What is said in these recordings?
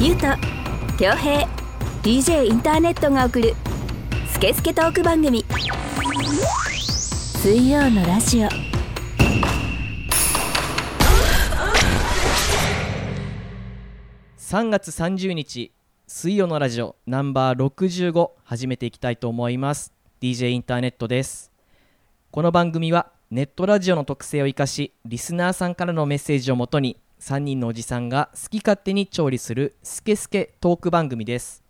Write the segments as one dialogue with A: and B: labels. A: ゆうと恭平 DJ インターネットが送る「スケスケトーク番組」水曜のラジオ
B: 3月30日水曜のラジオナンバー65始めていきたいと思います DJ インターネットですこの番組はネットラジオの特性を生かしリスナーさんからのメッセージをもとに3人のおじさんが好き勝手に調理するスケスケトーク番組です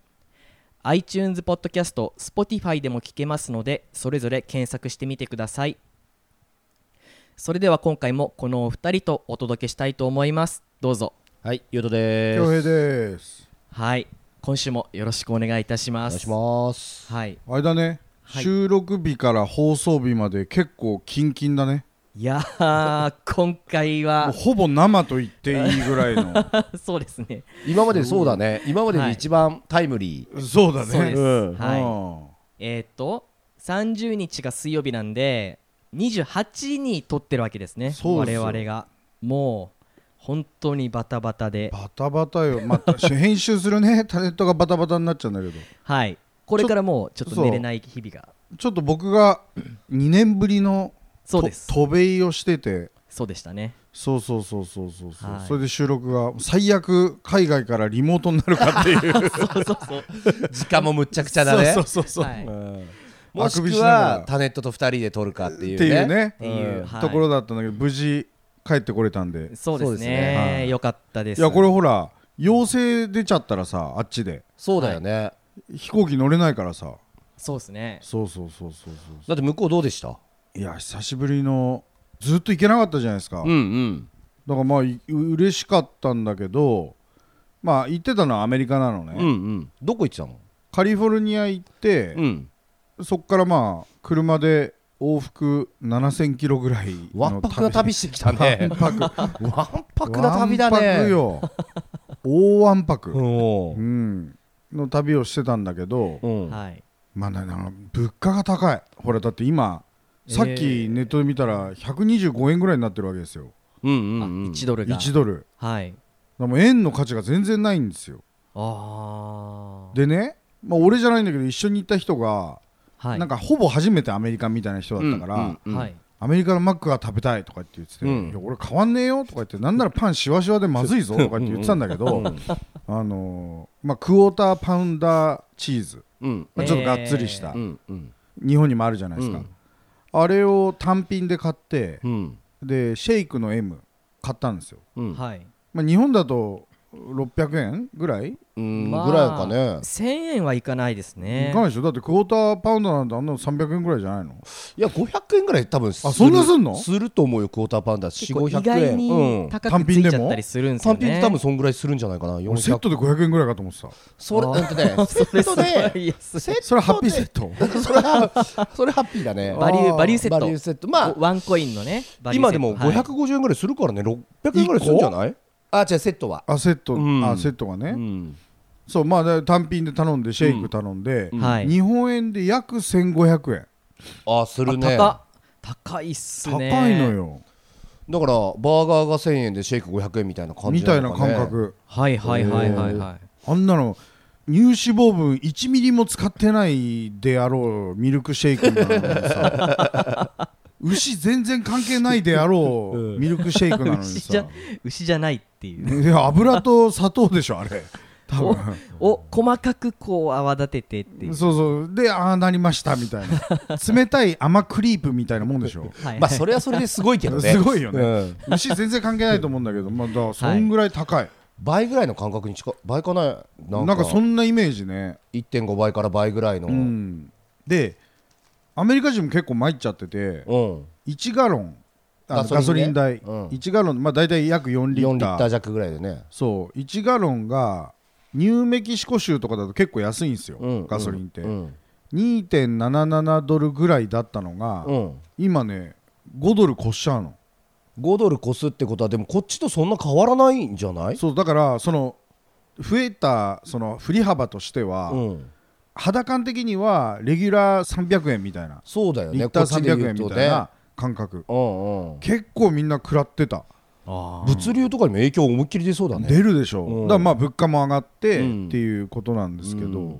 B: iTunes ポッドキャスト Spotify でも聞けますのでそれぞれ検索してみてくださいそれでは今回もこのお二人とお届けしたいと思いますどうぞ
C: はい、ゆうとです。
D: 恭平です
B: はい今週もよろしくお願いいたし
C: お
B: ま
C: 願い
B: す
C: します。
B: はい
D: あれだね、
B: はい
D: 収録日から放送日まで結構キンキンだね
B: いやー今回
D: もう
B: は
D: ほぼ生と言っていいぐらいの
B: そうですね
C: 今までそうだね。今まで
B: は
C: で
B: い
C: 一番タイムリー。
D: そうだね
B: そうです、
C: うん
B: はい
D: うん
B: えーっと30日が水曜日なんで28に撮ってるわけですね
D: そうそう
B: 我々がもう本当にバタバタで
D: バタバタよまた編集するねタレントがバタバタになっちゃうんだけど
B: はいこれからもうちょっと
D: そう
B: 寝れない日々が
D: ちょっと僕が2年ぶりの
B: そ
D: と
B: うです
D: 渡米をしてて
B: そうでしたね
D: そうそうそうそうそうそう、
B: はい
D: それで収録が最悪海外からリモートになるかって いう
B: そうそうそう
C: 時間もむっちゃくちゃだね
D: そ。うそうそうそう、
B: はい
D: うん
C: もし
D: あくび
C: く
D: しなが
C: は
D: ら
C: タネットと二人で撮るかってい
D: っ
C: う
D: ていう
C: ね。
D: ね
B: っていう
D: うん
B: はい
D: ところだったんだけど無事帰ってこれたんで
B: そうですね
C: そうですね
D: はい
B: よかったです
D: いやこれほら陽性出ちゃったらさあっちで
C: そうだよね。
D: 飛行機乗れないからさ
B: そうですね
D: そうそうそうそうそうそ
C: だって向こうどうでした？
D: ういや久しぶりのずっと行けなかったじゃないですか、
C: うんうん。
D: だからまあい嬉しかったんだけどまあ行ってたのはアメリカなのね、
C: うんうん。どこ行ってたの？
D: カリフォルニア行って、
C: うん。
D: そっからまあ車で往復7000キロぐらいの
C: わんぱくな旅してきたね。わんぱく。わんぱくな旅だ
D: わんぱく
C: ね。
D: よ 大わんぱく、
C: うん
D: うん、の旅をしてたんだけど、
C: うん。
B: はい
D: まあなな物価が高いほらだって今さっ
B: え
D: き
B: ー
D: ネットで見たら125円ぐらいになってるわけですよ、
C: うん
B: あ
C: うんうん。
B: 1ドルが
D: 1ドルだか
B: はい
D: らもう円の価値が全然ないんですよ
B: ああ
D: でね、まあ、俺じゃないんだけど一緒に行った人が、
B: はい
D: なんかほぼ初めてアメリカンみたいな人だったから、
C: うんうんうん
B: はい
D: アメリカのマックが食べたいとかって言ってて、
C: うん
D: いや俺変わんねえよとか言ってなんならパンしわしわでまずいぞとかって言ってたんだけど、 あのーまあ、クォーターパウンダーチーズ、
C: うん
D: まあ、ちょっとがっつりした、
C: うんうん
D: 日本にもあるじゃないですか、
C: うん
D: あれを単品で買って
C: う、ん
D: でシェイクの M 買ったんですよ、
C: うん。
B: はい
D: まあ、日本だと600円ぐらい、
C: うん
B: まあ
C: ぐらいかね。
B: 1000円はいかないですね
D: いかないでしょだってクォーターパウンドなんてあんなの300円ぐらいじゃないの
C: いや500円ぐらい多分する
D: あそんなすんの
C: すると思うよクォーターパンダ
B: 結構
C: 4500
B: 意
C: 円
B: 外
C: うん
B: に、高
D: 単
B: くつ
D: 品
B: い
D: でも
B: ちゃったりするんですよ
C: 単
B: ね
C: 品で多分そんぐらいするんじゃないかな
D: 俺セッ
C: 400
D: トで500円ぐらいかと思ってた
C: それ
B: あー
C: なんてね セット
B: それ
C: で
B: 安い
C: セット
D: それハッピーセット
C: で それはそれハッピーだね
B: バリューバリューセット
C: バリューセットまあ
B: おワンコインのねバリュー
C: 今
B: セッ
C: で
B: ト
C: も
B: はい
C: 550円ぐらいするからね600円ぐらいするんじゃないあ違うセットは
D: あセット、
C: うん
D: あセットがね、
C: うん
D: そうまあだ単品で頼んでシェイク頼んで、
B: はい
D: 日本円で約1500円
C: あする
B: 高
C: ねだか
B: 高いっす
D: 高
B: ね
D: いのよ
C: らバーガーが1000円でシェイク500円みたいな感じ
D: みたい
C: の
D: な
C: か
D: 感
C: ね
D: 覚
B: はいはいはいはいはい
D: あんなの乳脂肪分1ミリも使ってないであろうミルクシェイクなのに さ牛全然関係ないであろうミルクシェイクなのに
B: 牛じ
D: さ
B: ゃ牛じゃないっていう
D: いや油と砂糖でしょあれ多分
B: を細かくこう泡立ててっていう
D: そうそうでああなりましたみたいな冷たい甘クリープみたいなもんでしょ
B: はい
C: まあそれはそれですごいけどね
D: すごいよね
C: うん
D: 牛全然関係ないと思うんだけどまあだからそんぐらい高い、
C: 倍ぐらいの感覚に近い倍かな
D: なんかそんなイメージね
C: 1.5倍から倍ぐらいの、
D: うんでアメリカ人も結構参っちゃってて
C: うん
D: 1ガロンあのガ
C: ガ
D: ソ
C: ソ
D: リ
C: リ
D: ン
C: ンね
D: 代
C: うん
D: 1ガロンまあ大体約4リ
C: 4
D: ッ
C: リ
D: タ
C: ッター
D: ー
C: 弱ぐらいでね
D: そう1ガロンがニューメキシコ州とかだと結構安いんですよ
C: うん
D: ガソリンって
C: うん
D: 2.77ドルぐらいだったのが
C: うん
D: 今ね5ドル越しちゃうの
C: 5ドル越すってことはでもこっちとそんな変わらないんじゃない
D: そうだからその増えたその振り幅としては、
C: うん、
D: 肌感的にはレギュラー300円みたいな
C: そうだよ
D: リッ
C: ね
D: ター
C: こっちで
D: 300
C: 言
D: 円
C: う
D: み
C: と
D: たい
C: ね
D: な感覚
C: うんうん
D: 結構みんな食らってた
B: あー
C: 物流とかにも影響思いっきり出そうだね
D: 出るでしょ
C: うん
D: うだからまあ物価も上がってっ
C: うん
D: ていうことなんですけど、
C: うん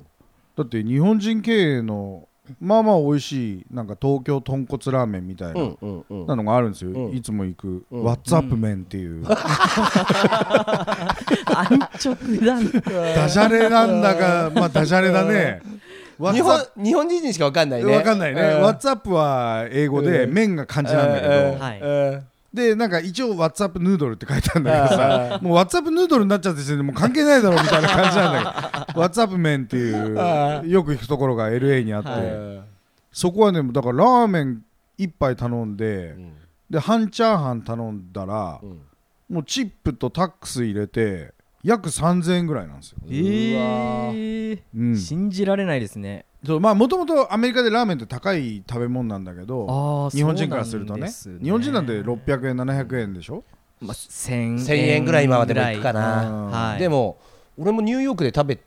D: だって日本人経営のまあまあ美味しいなんか東京豚骨ラーメンみたいな,、
C: うんうんうん
D: なのがあるんですよ、
C: うん
D: いつも行く、
C: うん
D: ワッツアップ麺っていう、
B: 安直 だな
D: ダジャレなんだかまあダジャレだね
C: 日
D: What's
C: 本
D: up-
C: 日本人にしかわかんないね
D: わかんないね、
C: うん
D: ワッツアップは英語で
C: うん
D: 麺が漢字なんだけど、
B: んはい
C: うん
D: でなんか一応ワッツアップヌードルって書いてあるんだけどさもうワッツアップヌードルになっちゃってもう関係ないだろうみたいな感じなんだ けどワッツアップ麺っていうよく行くところが LA にあって、
C: はい
D: そこはねだからラーメン一杯頼んで
C: うん
D: で半チャーハン頼んだら
C: うん
D: もうチップとタックス入れて約3000円ぐらいなんですよ、
B: えー
D: うん、
B: 信じられないですね
D: そうまあもともとアメリカでラーメンって高い食べ物なんだけど
B: あー
D: 日本人からするとね
B: そう
D: 日本人なんで600円700円でしょ、
B: まあ、1000
C: 1000円ぐらい今までもいくか
D: う
C: な、
D: ん
B: はい、
C: でも俺もニューヨークで食べた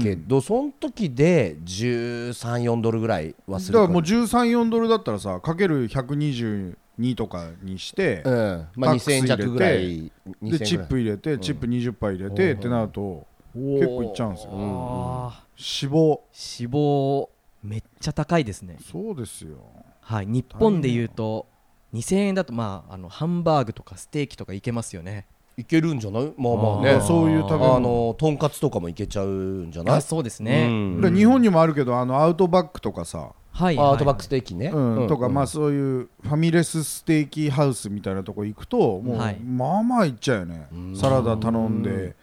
C: けど、その時で134ドルぐらいはす
D: だ
C: る
D: からもう
C: う、
D: 134ドルだったらさかける122とかにして、
C: んまあ、
D: タックス
C: 2000円弱ぐらい
D: でチップ入れて、チップ20杯入れて、
C: うん
D: ってなると
B: 結
D: 結構いっちゃうんですよ
B: あー
D: 脂肪
B: 脂肪めっちゃ高いですね
D: そうですよ
B: はい日本でいうと2000円だとまああのハンバーグとかステーキとかいけますよね
C: いけるんじゃないまあまあ
B: あ
C: ね
B: ー
D: そういう食べ
C: あ
D: 物
C: のとんかつとかもいけちゃうんじゃない
B: あそうですね、
C: うん
D: で日本にもあるけどあのアウトバックとかさ、
B: はい
C: アウトバックステーキね、
D: うんとかまあ
C: す
D: そういうファミレスステーキハウスみたいなとこ行くともう、
B: はい
D: まあまあいっちゃうよね
C: うん
D: サラダ頼んで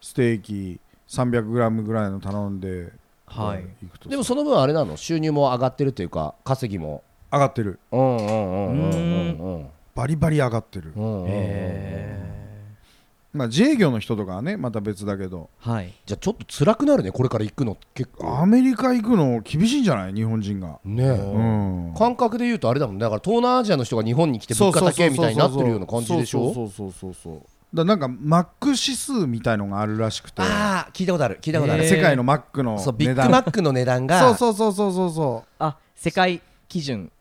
D: ステーキ 300g ぐらいの頼んで、
B: はい、はい
D: 行くとさ
C: でもその分あれなの収入も上がってるというか稼ぎも
D: 上がってる
C: うんうんうんうんうん
D: バリバリ上がってる、
C: うんうん
B: え
D: まあ、自営業の人とかはねまた別だけど
B: ーはい
C: じゃあちょっと辛くなるねこれから行くの結
D: ア
C: 構
D: メリカ行くの厳しいんじゃない日本人が、
C: ね
D: う
C: え
D: ん、
C: 感覚で言うとあれだもんねだから東南アジアの人が日本に来て物価高けみたいになってるような感じでしょ
D: そうそうそうそうそうそうだからなんかマック指数みたいのがあるらしくて
C: ああ聞いたことある聞いたことあ
B: ー
C: る、
D: 世界のマックの
C: そうビ
D: 値
C: ッグ
D: 段
C: マックの値段が
D: そうそうそうそうそうそ
B: あ世界基準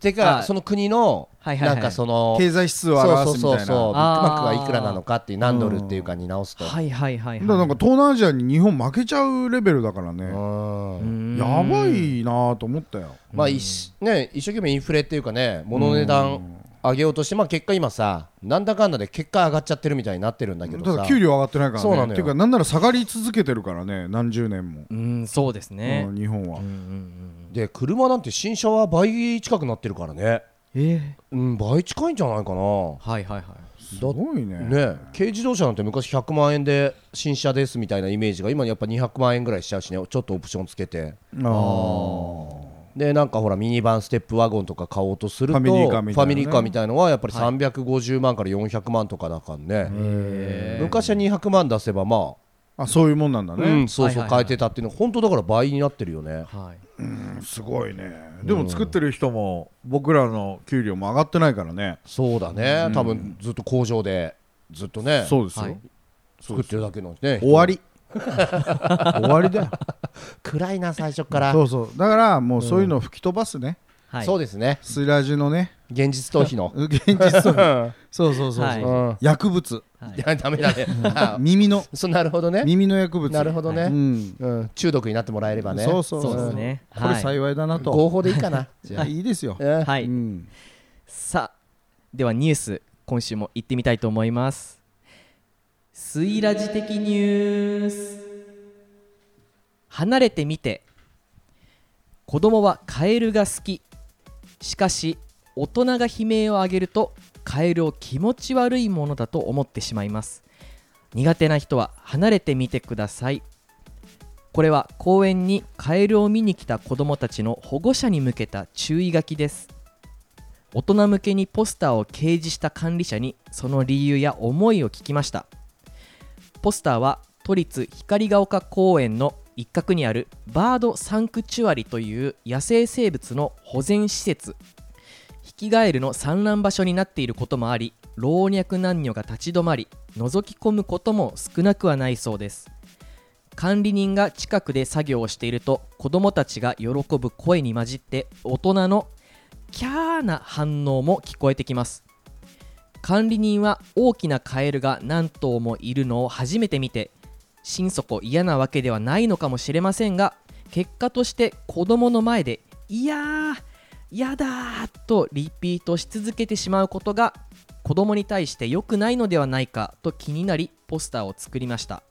C: て
B: あ
C: かその国の
B: はいはいは
C: ないんかその
D: う経済指数を
C: そう
D: 表
C: そ
D: す
C: う
D: み
C: そう
D: たいな
C: そうビ
B: あ
C: ッ
B: ー
C: グマックがいくらなのかっていう何ドルっていうかに直すと、
B: はいはいはいは
D: だ
B: い
D: からなんか東南アジアに日本負けちゃうレベルだからね
C: うん
B: うん
D: やばいなぁと思ったよ
C: まあ一しね、一生懸命インフレっていうかね物の値段上げようとして、まあ、結果今さなんだかんだで結果上がっちゃってるみたいになってるんだけど
D: た
C: さ
D: だ給料上がってないからね
C: そうなのよ
D: っていうかなんなら下がり続けてるからね何十年も、
B: うんそうですね
D: う、ん日本は、
B: うんうんうん、
C: で車なんて新車は倍近くなってるからね、
B: え
C: うん、倍近いんじゃないかな
B: ー、はいはいはい
D: すごいね
C: ね軽自動車なんて昔100万円で新車ですみたいなイメージが今やっぱ200万円ぐらいしちゃうしねちょっとオプションつけて
D: あー
C: でなんかほらミニバンステップワゴンとか買おうとすると
D: ファミリーカーみたいなね
C: ファミリーカーみたいのはやっぱり350万から400万とかだからね、昔は200万出せばま
D: あそういうもんなんだ
C: あ、
D: ね、
C: うん、そうそ
B: はい
C: う
B: はいは
C: 変
B: い
C: えてたっていうのは本当だから倍になってるよね
B: はい
D: すごいねでも作ってる人も僕らの給料も上がってないからね
C: そうだね、多分ずっと工場でずっとね
D: そうですよ、
B: はい
C: 作ってるだけのね
D: 終わり終わりだよ
C: 暗いな最初から
D: そうそうだからもうそういうのを吹き飛ばすね、
B: はい
C: そうですね
D: スラジのね
C: 現実逃避の
D: 現 実そうそうそうそう、
B: はい
C: うん
D: 薬物
B: はい
C: いやダメだねあ
D: 耳の
C: そうなるほどね
D: 耳の薬物
C: なるほど
D: う
C: ね、
D: ん
C: うん、中毒になってもらえればね
D: そうそう
B: そうですね
D: これ幸いだなと、
C: 合法でいいかなじゃあ
D: い、いですよ、
C: うん
B: はい、
D: うん、
B: さあではニュース今週も行ってみたいと思いますスイラジ的ニュース離れてみて子供はカエルが好きしかし大人が悲鳴を上げるとカエルを気持ち悪いものだと思ってしまいます苦手な人は離れてみてくださいこれは公園にカエルを見に来た子供たちの保護者に向けた注意書きです大人向けにポスターを掲示した管理者にその理由や思いを聞きましたポスターは都立光が丘公園の一角にあるバードサンクチュアリという野生生物の保全施設ヒキガエルの産卵場所になっていることもあり老若男女が立ち止まり覗き込むことも少なくはないそうです管理人が近くで作業をしていると子どもたちが喜ぶ声に混じって大人のキャーな反応も聞こえてきます管理人は大きなカエルが何頭もいるのを初めて見て心底嫌なわけではないのかもしれませんが結果として子供の前で「いやーやだー」とリピートし続けてしまうことが子供に対して良くないのではないかと気になりポスターを作りました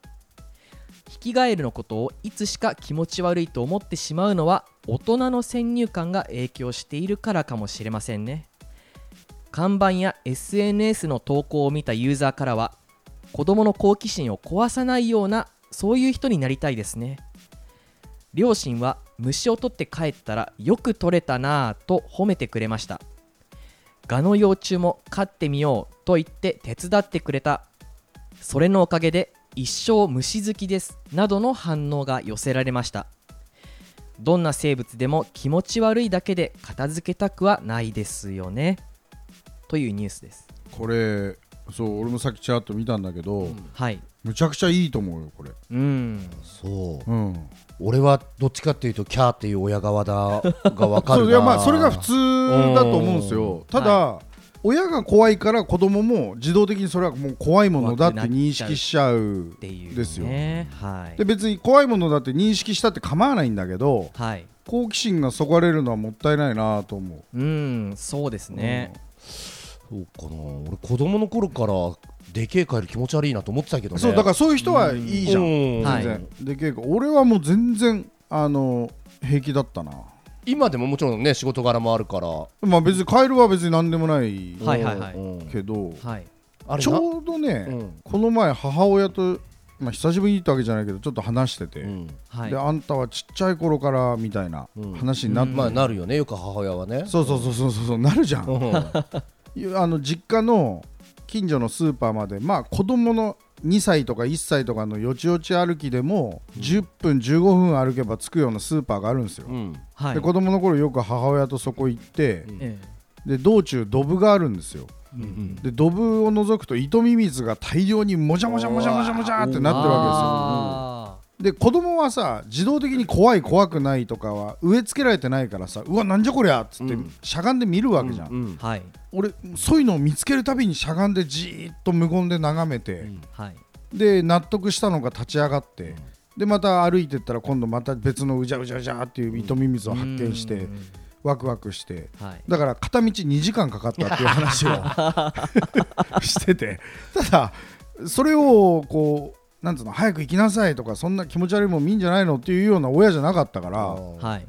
B: ヒキガエルのことをいつしか気持ち悪いと思ってしまうのは大人の先入観が影響しているからかもしれませんね看板や SNS の投稿を見たユーザーからは子供の好奇心を壊さないようなそういう人になりたいですね両親は虫を取って帰ったらよく取れたなぁと褒めてくれましたガの幼虫も飼ってみようと言って手伝ってくれたそれのおかげで一生虫好きですなどの反応が寄せられましたどんな生物でも気持ち悪いだけで片付けたくはないですよねというニュースです
D: これそう俺もさっきチャート見たんだけど、
B: はい
D: むちゃくちゃいいと思うよこれ
B: うん
C: そう
D: うん
C: 俺はどっちかっていうとキャーっていう親側だが分かるな
D: そういやまあそれが普通だと思うんですよただ、親が怖いから子供も自動的にそれはもう怖いものだって認識しちゃう
B: っていう、ね、
D: ですよ
B: はい
D: で別に怖いものだって認識したって構わないんだけど
B: はい
D: 好奇心がそがれるのはもったいないなと思う
B: うんそうですね、
C: そうかな俺子供の頃からでけえカエル気持ち悪いなと思ってたけどね
D: そうだかららそういう人はいいじゃん、
C: うん
B: はい
D: 全然、で結構俺はもう全然あの平気だったな
C: 今でももちろんね仕事柄もあるから
D: まあ別にカエルは別に何でもない
B: はいはいはい
C: うん
D: けど、
B: はい
C: あれ
D: ち
C: な
D: ょうどね、
C: うん
D: この前母親と、まあ、久しぶりにってわけじゃないけどちょっと話してて、
C: うん
B: はい
D: であんたはちっちゃい頃からみたいな
C: うん
D: 話になって、
C: まあなるよねよく母親はね
D: そうそうそうそうそうなるじゃん、
C: うん
D: いうあの実家の近所のスーパーまでまあ子供の2歳とか1歳とかのよちよち歩きでも10分15分歩けば着くようなスーパーがあるんですよ、
C: うん
B: はい
D: で子供の頃よく母親とそこ行って
C: うん
B: え
D: で道中ドブがあるんですよ
B: えうん
D: でドブを除くと糸ミミズが大量にもじゃもじゃもじゃもじゃもじゃってなってる
B: わ
D: わけですよで子供はさ自動的に怖い怖くないとかは植え付けられてないからさうわなんじゃこりゃっつって
C: うん
D: しゃがんで見るわけじゃん、
C: うん
B: けはい
D: 俺そういうのを見つけるたびにしゃがんでじーっと無言で眺めて、
B: はい
D: で納得したのが立ち上がって、でまた歩いてったら今度また別のうじゃうじゃうじゃっていう糸ミミズを発見して、
B: うん
D: ワクワクして
B: はい
D: だから片道2時間かかったっていう話をしててただそれをこうなんつうの早く行きなさいとかそんな気持ち悪いもん見んじゃないのっていうような親じゃなかったから
B: はい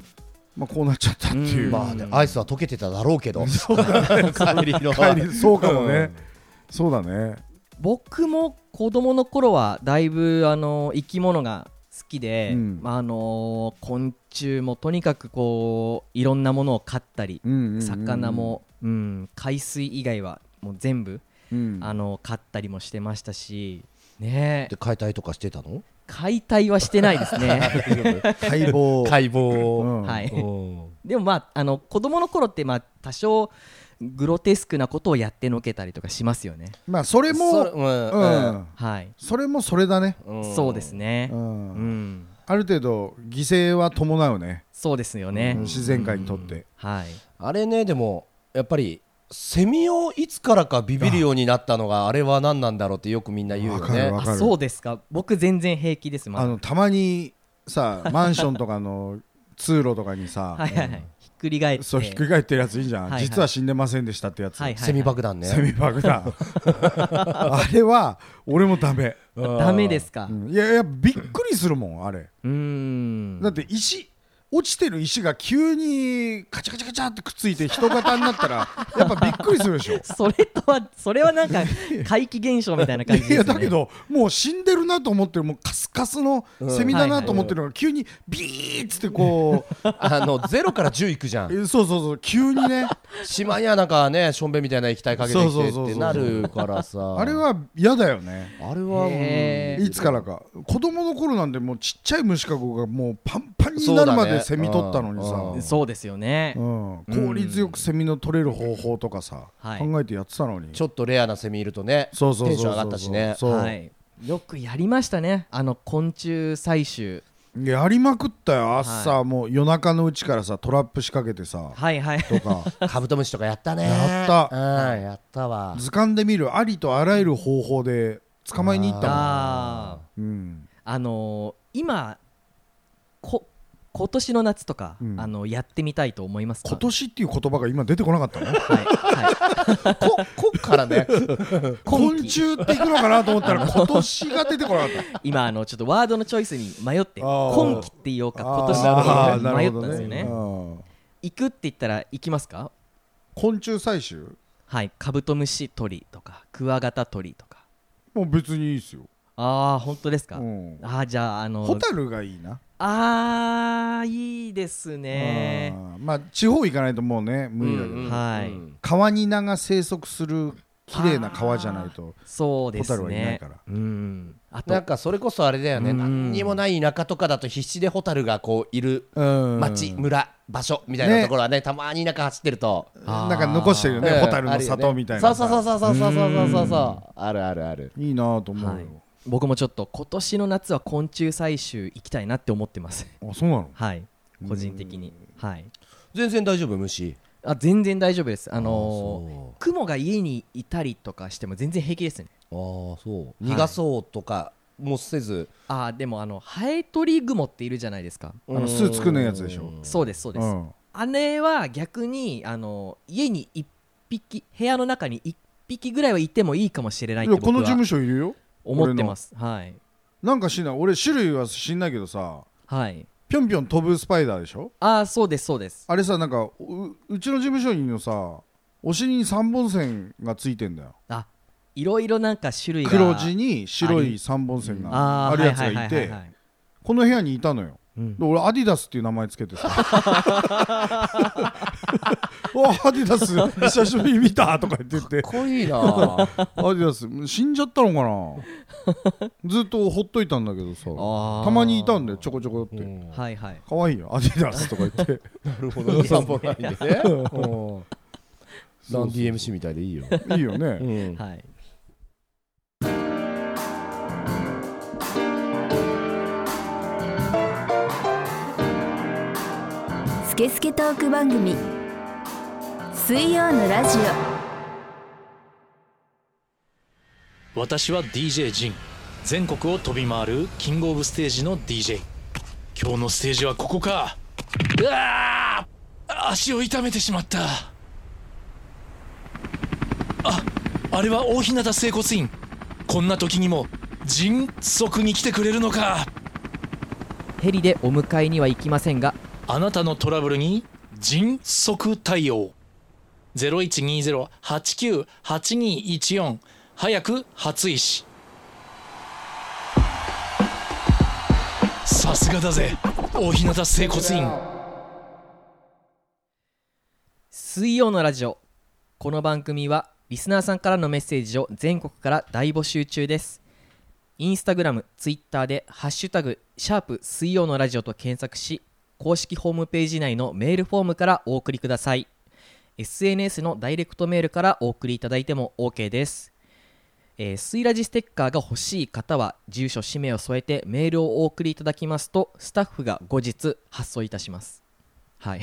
D: まあ、こうなっちゃったっていうう、
B: ん
C: まあねアイスは溶けてただろうけど帰りの
D: 帰りそうかもね、そうだね
B: 僕も子供の頃はだいぶあの生き物が好きで、
D: うん
B: まああの昆虫もとにかくこういろんなものを飼ったり、
D: うんうんうんうん
B: 魚も、うん、海水以外はもう全部、
D: うん
B: あの飼ったりもしてましたしね
C: で解体とかしてたの
B: 解体はしてないですね
D: 解剖
C: 解剖
D: うん
B: はい
C: うん
B: でもまああの子供の頃ってまあ多少グロテスクなことをやってのけたりとかしますよね
D: まあそれも
C: そ
D: うん、
B: はい、
D: それもそれだね、
C: うんうん
B: そうですね
D: う
B: うんん、
D: ある程度犠牲は伴うね、
B: そうですよね、
D: 自然界にとって、
B: はい
C: あれねでもやっぱりセミをいつからかビビるようになったのがあれは何なんだろうってよくみんな言うよ
D: わかる
C: ね
D: わ。
B: あそうですか僕全然平気ですま
D: あ
B: だ
D: のたまにさマンションとかの通路とかにさ、
B: はいはいはいひっくり返って
D: そうひっくり返ってるやついいじゃん、
B: はいはい
D: 実は死んでませんでしたってやつ、
B: はいはい
C: セミ爆弾
D: セ
C: ね。
D: ミ 爆弾あれは俺もダメ、
B: ダメですか
D: うんいやいやびっくりするもんあれ
B: うーん
D: だって石落ちてる石が急にカチャカチャカチャってくっついて人型になっ たらやっぱびっくりするでしょ
B: それとはそれはなん か怪奇現象みたいな感じです、
D: い
B: ね、
D: やだけどもう死んでるなと思ってるもうカスカスのセミだなと思ってるのが急にビーッつってこう
C: あのゼロから10いくじ ゃん。
D: えそうそうそう急にね
C: しまいにはなんかねしょんべんみたいな液体かけてき
D: そうそ
C: て
D: うそう
C: っ
D: そう
C: てなるからさ。
D: あれは嫌だよね
C: あれは
B: へ
D: いつからか子供の頃なんてもうちっちゃい虫かごがもうパンパンになるまでセミ取ったのに
C: そうだね
D: さ
B: そうですよね、
D: うん効率よくセミの取れる方法とかさ
B: はい
D: 考えてやってたのに
C: ちょっとレアなセミいるとねテ
D: そ
C: ン
D: う
C: シ
D: そうそうそう
C: ョン上がったしね。
D: そう
B: はい、よくやりましたねあの昆虫採集
D: やりまくったよ朝、もう夜中のうちからさトラップ仕掛けてさ
B: はいはい
D: とか
C: カブトムシとかやったね
D: やった
C: うんやったわ
D: 図鑑で見るありとあらゆる方法で捕まえに行ったもん
B: あ
D: うん
B: ーあのー今こ今年の夏とか、
D: うん
B: あのやってみたいと思いますか
D: 今年っていう言葉が今出てこなかったの
B: はい、は
C: ここっから ね
B: い、
D: 昆
B: 今季
D: 虫っていくのかなと思ったら今年が出てこなかった
B: 今あのちょっとワードのチョイスに迷って
D: あー
B: 今季って言おうか今
D: あ
B: 年
D: ー
B: って
D: な
B: 迷
D: る
B: っ
D: ほ
B: た
D: ど
B: んですよね
D: うん
B: 行くって言ったら行きますか
D: 昆虫採集
B: はいカブトムシ鳥とかクワガタ鳥とか
D: もう別にいいですよ、
B: ああ本当ですか、
D: うん、
B: ああじゃああの
D: ホタルがいいな、
B: あーいいですね
D: あーまあ地方行かないともうね無理だけど、
C: うんうん
B: はい
C: うん
D: 川に名が生息する綺麗な川じゃないと
B: そうで
D: ホタ
B: す
D: ルはいない
B: ね
D: から
B: うんあと
C: なんかそれこそあれだよね
B: うん
C: 何にもない田舎とかだと必死でホタルがこういる
D: うん
C: 町村場所みたいな
D: ね
C: ところはねたまに田舎走ってると
B: あー
D: なんか残してるよね、
C: うん
D: ホタル
C: あ
D: の
C: るよね
D: 里みたいな
C: そうそうそうそうそうそうそうそうそうあるあるある
D: いいなと思うよ、
B: はい僕もちょっと今年の夏は昆虫採集行きたいなって思ってます
D: あそうなの
B: はい個人的にはい
C: 全然大丈夫虫
B: あ全然大丈夫ですあ
C: あーそ
B: のー
C: う
B: 雲が家にいたりとかしても全然平気ですね
C: ああそう逃がそうとかもせず
B: あーでもあのハエトリグモっているじゃないですか
D: あの巣作んないやつでしょ
B: そうですそうです、
D: うん
B: あれは逆にあの家に1匹部屋の中に1匹ぐらいはいてもいいかもしれない
D: い
B: って
D: やこの
B: 僕
D: 事務
B: は
D: 所いるよ
B: 思ってますはい
D: なんか知んない俺種類は知んないけどさ
B: はい
D: ぴょんぴょん飛ぶスパイダーでしょ
B: ああそうですそうです
D: あれさなんかううちの事務所にのさお尻に3本線がついてんだよ
B: あいろいろなんか種類が
D: 黒地に白い3本線が
B: あー
D: あるや
B: は
D: つが
B: はいは
D: て
B: はは
D: この部屋にいたのよ
B: うん
D: で俺アディダスっていう名前つけてさ 「おアディダス久しぶりに見た」とか言ってて
C: かっこいいな
D: アディダス死んじゃったのかなずっとほっといたんだけどさ
B: あー
D: たまにいたんだよちょこちょこっ
C: う
D: て
C: ん
B: はいはい
D: 可愛いよアディダスとか言って
C: なるほど散歩ないんでねラン DMC みたいでいいよ
D: いいよね
B: はい
A: スケスケトーク番組水曜のラジオ
E: 私は DJ ジン全国を飛び回るキングオブステージの DJ 今日のステージはここかうわあ足を痛めてしまったああれは大日向整骨院こんな時にも迅速に来てくれるのか
B: ヘリでお迎えには行きませんが
E: あなたのトラブルに迅速対応0120-89-8214早く初石さすがだぜ大日向整骨院
B: 水曜のラジオこの番組はリスナーさんからのメッセージを全国から大募集中ですインスタグラムツイッターで「ハッシュタグシャープ水曜のラジオ」と検索し公式ホームページ内のメールフォームからお送りください SNS のダイレクトメールからお送りいただいても OK ですえー、スイラジステッカーが欲しい方は住所氏名を添えてメールをお送りいただきますとスタッフが後日発送いたしますはい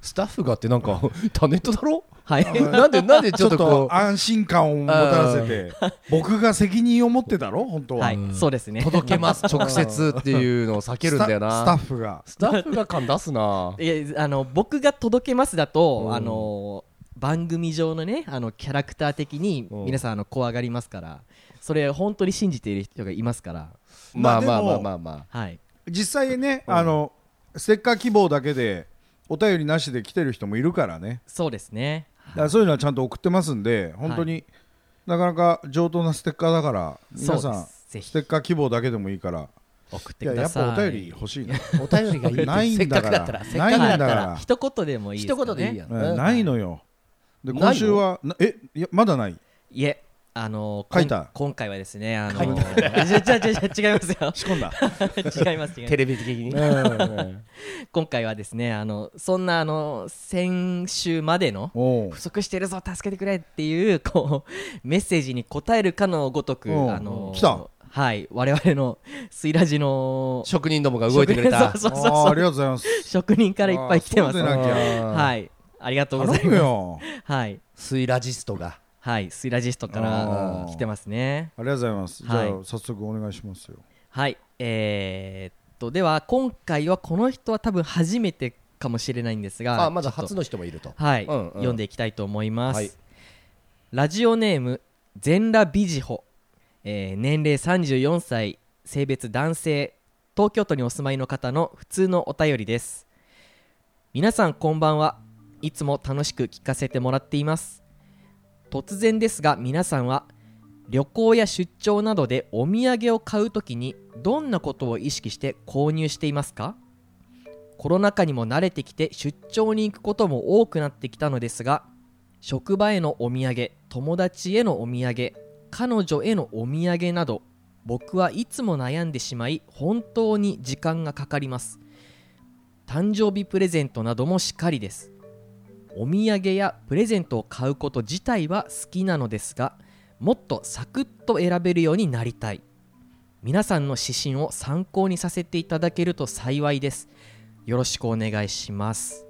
C: スタッフがってなん かタネットだろ
B: はい
C: なんでなんでち
D: ち
C: ょ
D: ょ
C: っ
D: っ
C: とこと
D: 安心感をもたら せて僕が責任を持ってだろ本当は、
B: はい、そうですね
C: う。届けます直接っていうのを避けるんだよ
D: スタスタッ
C: な
D: フが
C: スタッフが感出すな
B: いやあの僕が届けますだと、
C: うん
B: あの番組上のねあのキャラクター的に
C: うん
B: 皆さんあの怖がりますから、それ本当に信じている人がいますから、
C: まあ
D: ま
C: ま
D: あ
C: あ
D: で
C: まあ
D: も
C: まあま
B: はい、
D: 実際ね、あのステッカー希望だけでお便りなしで来てる人もいるからね
B: そうですね。
D: だからそういうのはちゃんと送ってますんで本当に、なかなか上等なステッカーだから皆
B: そ
D: さ
B: うんですぜひ
D: ステッカー希望だけでもいいから
B: 送っ
D: い
B: て
D: や
B: く
D: や
B: だ
D: っ
B: さい。
D: ぱお便り欲しいな
C: あお便 りがいい
D: ないんだから
C: せっかくだったらせっかくだったら
D: ないんだ
B: 一言でもいいです
C: 一
B: かね。
C: 言でいいやん
D: うんないのよで
C: ないの
D: 今週はなえいやまだない
B: いえ、あの
D: 書いた
B: こん今回はですね、あの じゃじゃじゃじゃ違います
D: 仕込んだ
B: よ。違います違います
C: レビ的に
B: 今回はですね、あのそんなあの先週までの
D: おう
B: 不足してるぞ助けてくれっていうこうメッセージに答えるかのごとく、
D: うん
B: あの
D: 来た
B: はい我々のスイラジの
C: 職人どもが動いてくれた
B: そうそうそう
D: あー
B: そ
D: あ
B: う
D: りがとうございます
B: 職人からいっぱい来てます
D: あーそうでなきゃ
B: はいありがとうござい
D: 頼む
B: ます
D: よ
B: はい
C: スイラジストが
B: はいスイラジストから
D: あー
B: 来てますね
D: ありがとうございますじゃあ
B: はい
D: 早速お願いしますよ
B: はいえー、っとでは今回はこの人は多分初めてかもしれないんですが
C: あま
B: ちょ
C: だ
B: っと
C: 初の人もいると
B: はい、
C: うんうん
B: 読んでいきたいと思います、
C: はい
B: ラジオネーム全裸美ジホ、えー年齢34歳性別男性東京都にお住まいの方の普通のお便りです皆さんこんばんはいつも楽しく聞かせてもらっています突然ですが皆さんは旅行や出張などでお土産を買うときにどんなことを意識して購入していますかコロナ禍にも慣れてきて出張に行くことも多くなってきたのですが職場へのお土産友達へのお土産彼女へのお土産など僕はいつも悩んでしまい本当に時間がかかります誕生日プレゼントなどもしかりですお土産やプレゼントを買うこと自体は好きなのですがもっとサクッと選べるようになりたい皆さんの指針を参考にさせていただけると幸いですよろしくお願いします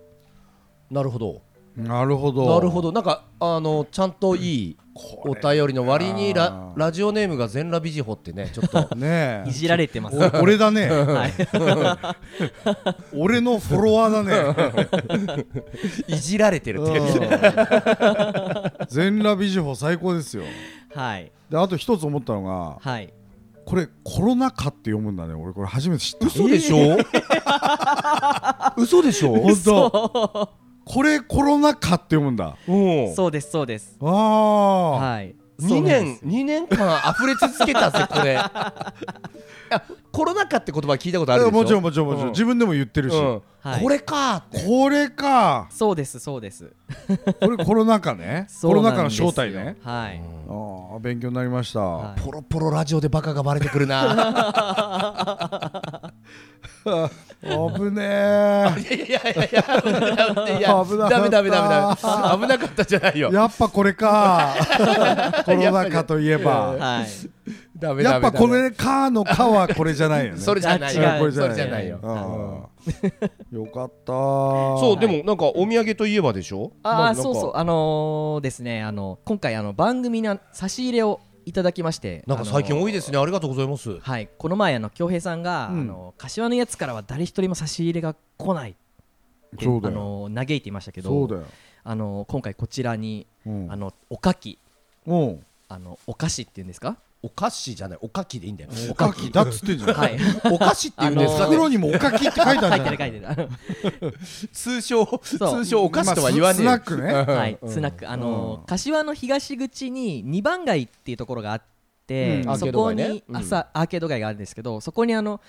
C: なるほど
D: なるほど
C: なるほどなんかあのちゃんといいお便りの割にララジオネームが全裸美ジホってねちょっ と
D: ねえ
B: いじられてます
D: お俺だね俺のフォロワー だね
C: いじられてるっていう
D: うん 全裸美女法最高ですよ
B: はい
D: であと一つ思ったのが
B: はい
D: これコロナ禍って読むんだね俺これ初めて知った
C: 嘘でしょ嘘でしょ
D: 本当これコロナ禍って読むんだ
C: うん
B: そうですそうです
D: ああ、
B: はい
C: 2年
B: そう
C: 二年間溢れ続けたぜこ れいやコロナ禍って言葉聞いたことあるでしょ
D: もちろんもちろんもちろん、
C: うん
D: 自分でも言ってるし、
C: うん
B: はい
C: これかって
D: これか
B: なんですそうですそうです
D: これコロナ禍ね コロナ禍の正体
B: そうなん
D: ね
B: ですよはい
D: ああ勉強になりました、
B: はい
C: ポロポロラジオでバカがバレてくる な
D: 危ねえ
C: いやいやいやいやいや
D: 危なかった
C: ダメダメダメダ メ危なかったじゃないよ
D: やっぱこれか コロナ禍といえば
B: はい
C: ダメダメ
D: やっぱ
C: ダメ
D: これかのかはこれじゃないよね
C: それじゃない
B: あ違う
C: よ
D: これ
C: それじゃないよ
B: 違う
D: うんよかった
C: そうでもなんかお土産といえばでしょ
B: あ
C: な
B: あ
C: んか
B: そうそうあのーですねあの今回あの番組の差し入れをいただきまして
C: なんか最近多いですねありがとうございます
B: はいこの前あの恭平さんが、
D: うん
B: あの柏のやつからは誰一人も差し入れが来ないって
D: そうだ
B: あ
D: よ
B: の嘆いていましたけど
D: そうだよ
B: あの今回こちらに、
D: うん
B: あのおかき
D: うん
B: あのお菓子っていうんですか
C: お菓子じゃないおかきでいいんだよ
D: おかきだっつってんじゃん、
B: はい
C: お菓子っていうんです
B: あ
C: か
B: のー
D: 袋にもおかきって書いてあるじゃ
B: 書
D: ない
B: いてる書いてるあの
C: 通称
B: そう
C: 通称お菓子とは言わねえ
D: ま
C: よ
D: あススナックね
B: はい、スナック、あのー
D: うん
B: 柏の東口に二番街っていうところがあって、
D: うん
B: そこ
C: アーケード街ね
B: に
C: うん
B: 朝、アーケード街があるんですけどそこにあの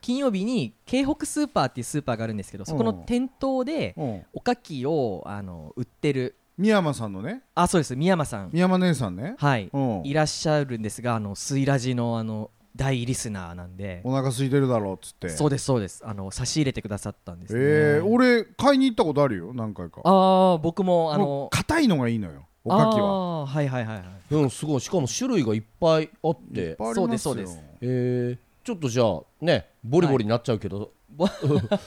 B: 金曜日に京北スーパーっていうスーパーがあるんですけどそこの店頭で
D: うん
B: おかきを、あの売ってる
D: 宮間さんのね
B: あそうです宮山さん
D: 宮間姉さんね
B: はい、
D: うん
B: いらっしゃるんですがあのスイラジのあの大リスナーなんで
D: お腹空いてるだろうっつって
B: そうですそうですあの差し入れてくださったんですね、
D: えー、俺買いに行ったことあるよ何回か
B: ああ僕もあ
D: も
B: の
D: う硬いのがいいのよおかきは
B: あーはいはいはいはい
C: うんすごいしかも種類がいっぱいあっ
D: いってぱいあり
B: そう
D: ま
B: ですす
D: よ
B: そうです
C: えーちょっとじゃあねボリボリになっちゃうけ ど
B: ぼ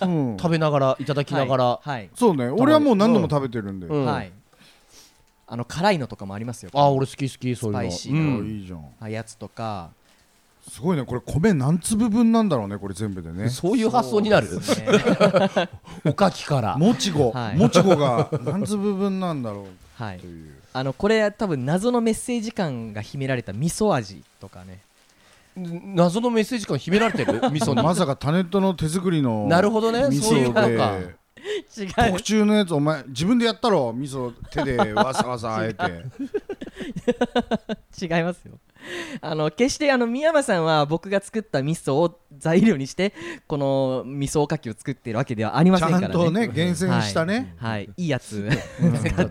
D: うん
C: 食べながらいただきながら
B: はい、はい
D: そうね
C: べ
D: 俺はもう何度も食べてるんで、
C: うん
B: はい。あの辛いのとかもありますよ。
C: あー俺好き好きそういう
B: スパ
C: の
B: イシーな
C: うん
D: いいじゃん
B: あやつとか。
D: すごいねこれ米何粒分なんだろうねこれ全部でね
C: そういう発想になる
B: そうです ね
C: おかきから
D: もちご、
B: はい
D: もちごが何粒分なんだろ
B: は
D: う
B: い
D: と。 いう
B: あのこれ多分謎のメッセージ感が秘められた味噌味とかね。
C: 謎のメッセージ感秘められてる味噌に
D: まさかタネットの手作りの
C: なるほどね
D: 味
C: そういう
D: 噌
C: ことか
D: で
B: 違う。
D: 特注のやつお前自分でやったろ味噌手でわさわさあ えて
B: 違いますよ。あの決してあの宮山さんは僕が作った味噌を材料にしてこの味噌おかきを作っているわけではありま
D: ち
B: せんか
D: ゃ
B: らね。
D: んとね厳選したね、
B: はい。はい。いいやつ。
C: 分かっ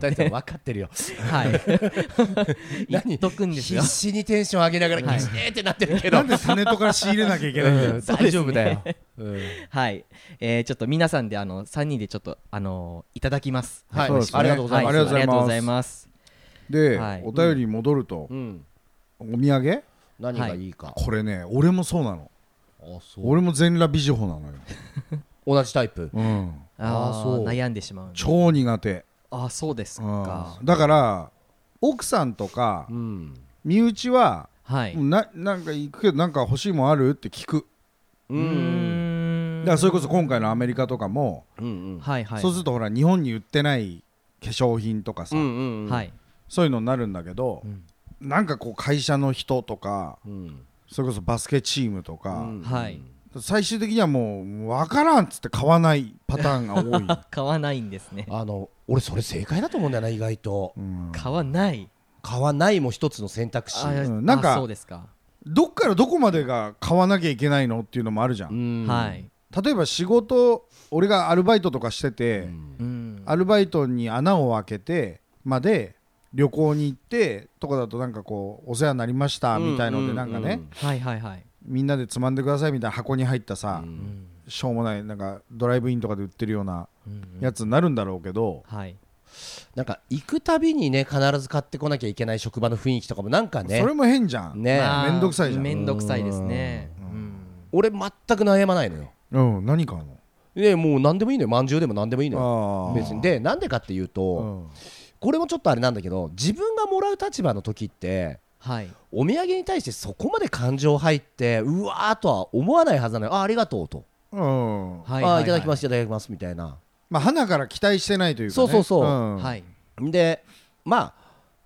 C: てるよ
B: はい。言っとくんですよ
C: 必。死にテンション上げながらギシーってなってるけど
D: なんでタネットから仕入れなきゃいけないんだよ
C: うん大丈夫だ ようん
B: はい、えー、ちょっと皆さんであの三人でちょっとあのいただきます。
C: はい
D: そうですね
C: ありがとうございます
D: ありがとうございます
B: ます。
D: で、
B: はい
D: お便りに戻ると、
C: うん
D: お土産
C: 何がいいか、
D: これね俺もそうなの
C: あそう
D: 俺も全裸美女法なのよ、
C: 同じタイプ
D: うん、
B: あ
C: あ
B: ー
C: ーそう
B: 悩んでしまう
D: 超苦手、
B: ああそうです
D: うん
B: か、
D: だから奥さんとか
C: うん
D: 身内は
B: はい
D: もうななんか行くけどなんか欲しいもんあるって聞く
C: う
B: うー
C: ん
B: ん
D: だからそれこそ今回のアメリカとかも、
C: うんうん
B: はいはい
D: そうするとほら日本に売ってない化粧品とかさ、
C: うんうんうん
B: はい
D: そういうのになるんだけど、なんかこう会社の人とか
C: うん
D: それこそバスケチームと
C: う
D: か、
C: ん
B: はい
D: 最終的にはもう分からんっつって買わないパターンが多 い、
B: 買わないんですね
C: あの俺それ正解だと思うんだよな意外と
D: うん
B: 買わない
C: 買わないも一つの選択肢
B: あー
D: うんなんか
B: あそうですか
D: どっからどこまでが買わなきゃいけないのっていうのもあるじゃ
C: う
D: ん、
C: ん
B: はい
D: 例えば仕事俺がアルバイトとかしてて、
B: うん
D: アルバイトに穴を開けてまで旅行に行ってとかだとなんかこうお世話になりましたみたいのでなんかね、
B: はいはいはい
D: みんなでつまんでくださいみたいな箱に入ったさ、
C: うん
B: うん
D: しょうもないなんかドライブインとかで売ってるような
B: うん
D: やつになるんだろうけど、
B: はい
C: なんか行くたびにね必ず買ってこなきゃいけない職場の雰囲気とかもなんかね
D: それも変じゃん、
C: ね
B: まあ
D: めんどくさいじゃん
B: めんどくさいですねうん
C: 俺全く悩まないのよ
D: うん何か
C: ねもう何でもいいのよまんじゅうでも何でもいいのよ
D: のああ
C: 別にでなんでかっていう
D: う
C: と
D: ん
C: これもちょっとあれなんだけど自分がもらう立場の時って
B: はい
C: お土産に対してそこまで感情入ってうわーとは思わないはずなのよあありがとうと
D: うん
B: はい
C: あ
B: は
C: ーいただきますすいただきますみたいな
D: まあ花から期待してないというか、ね、
C: そうそうそう
B: はい
C: でまあ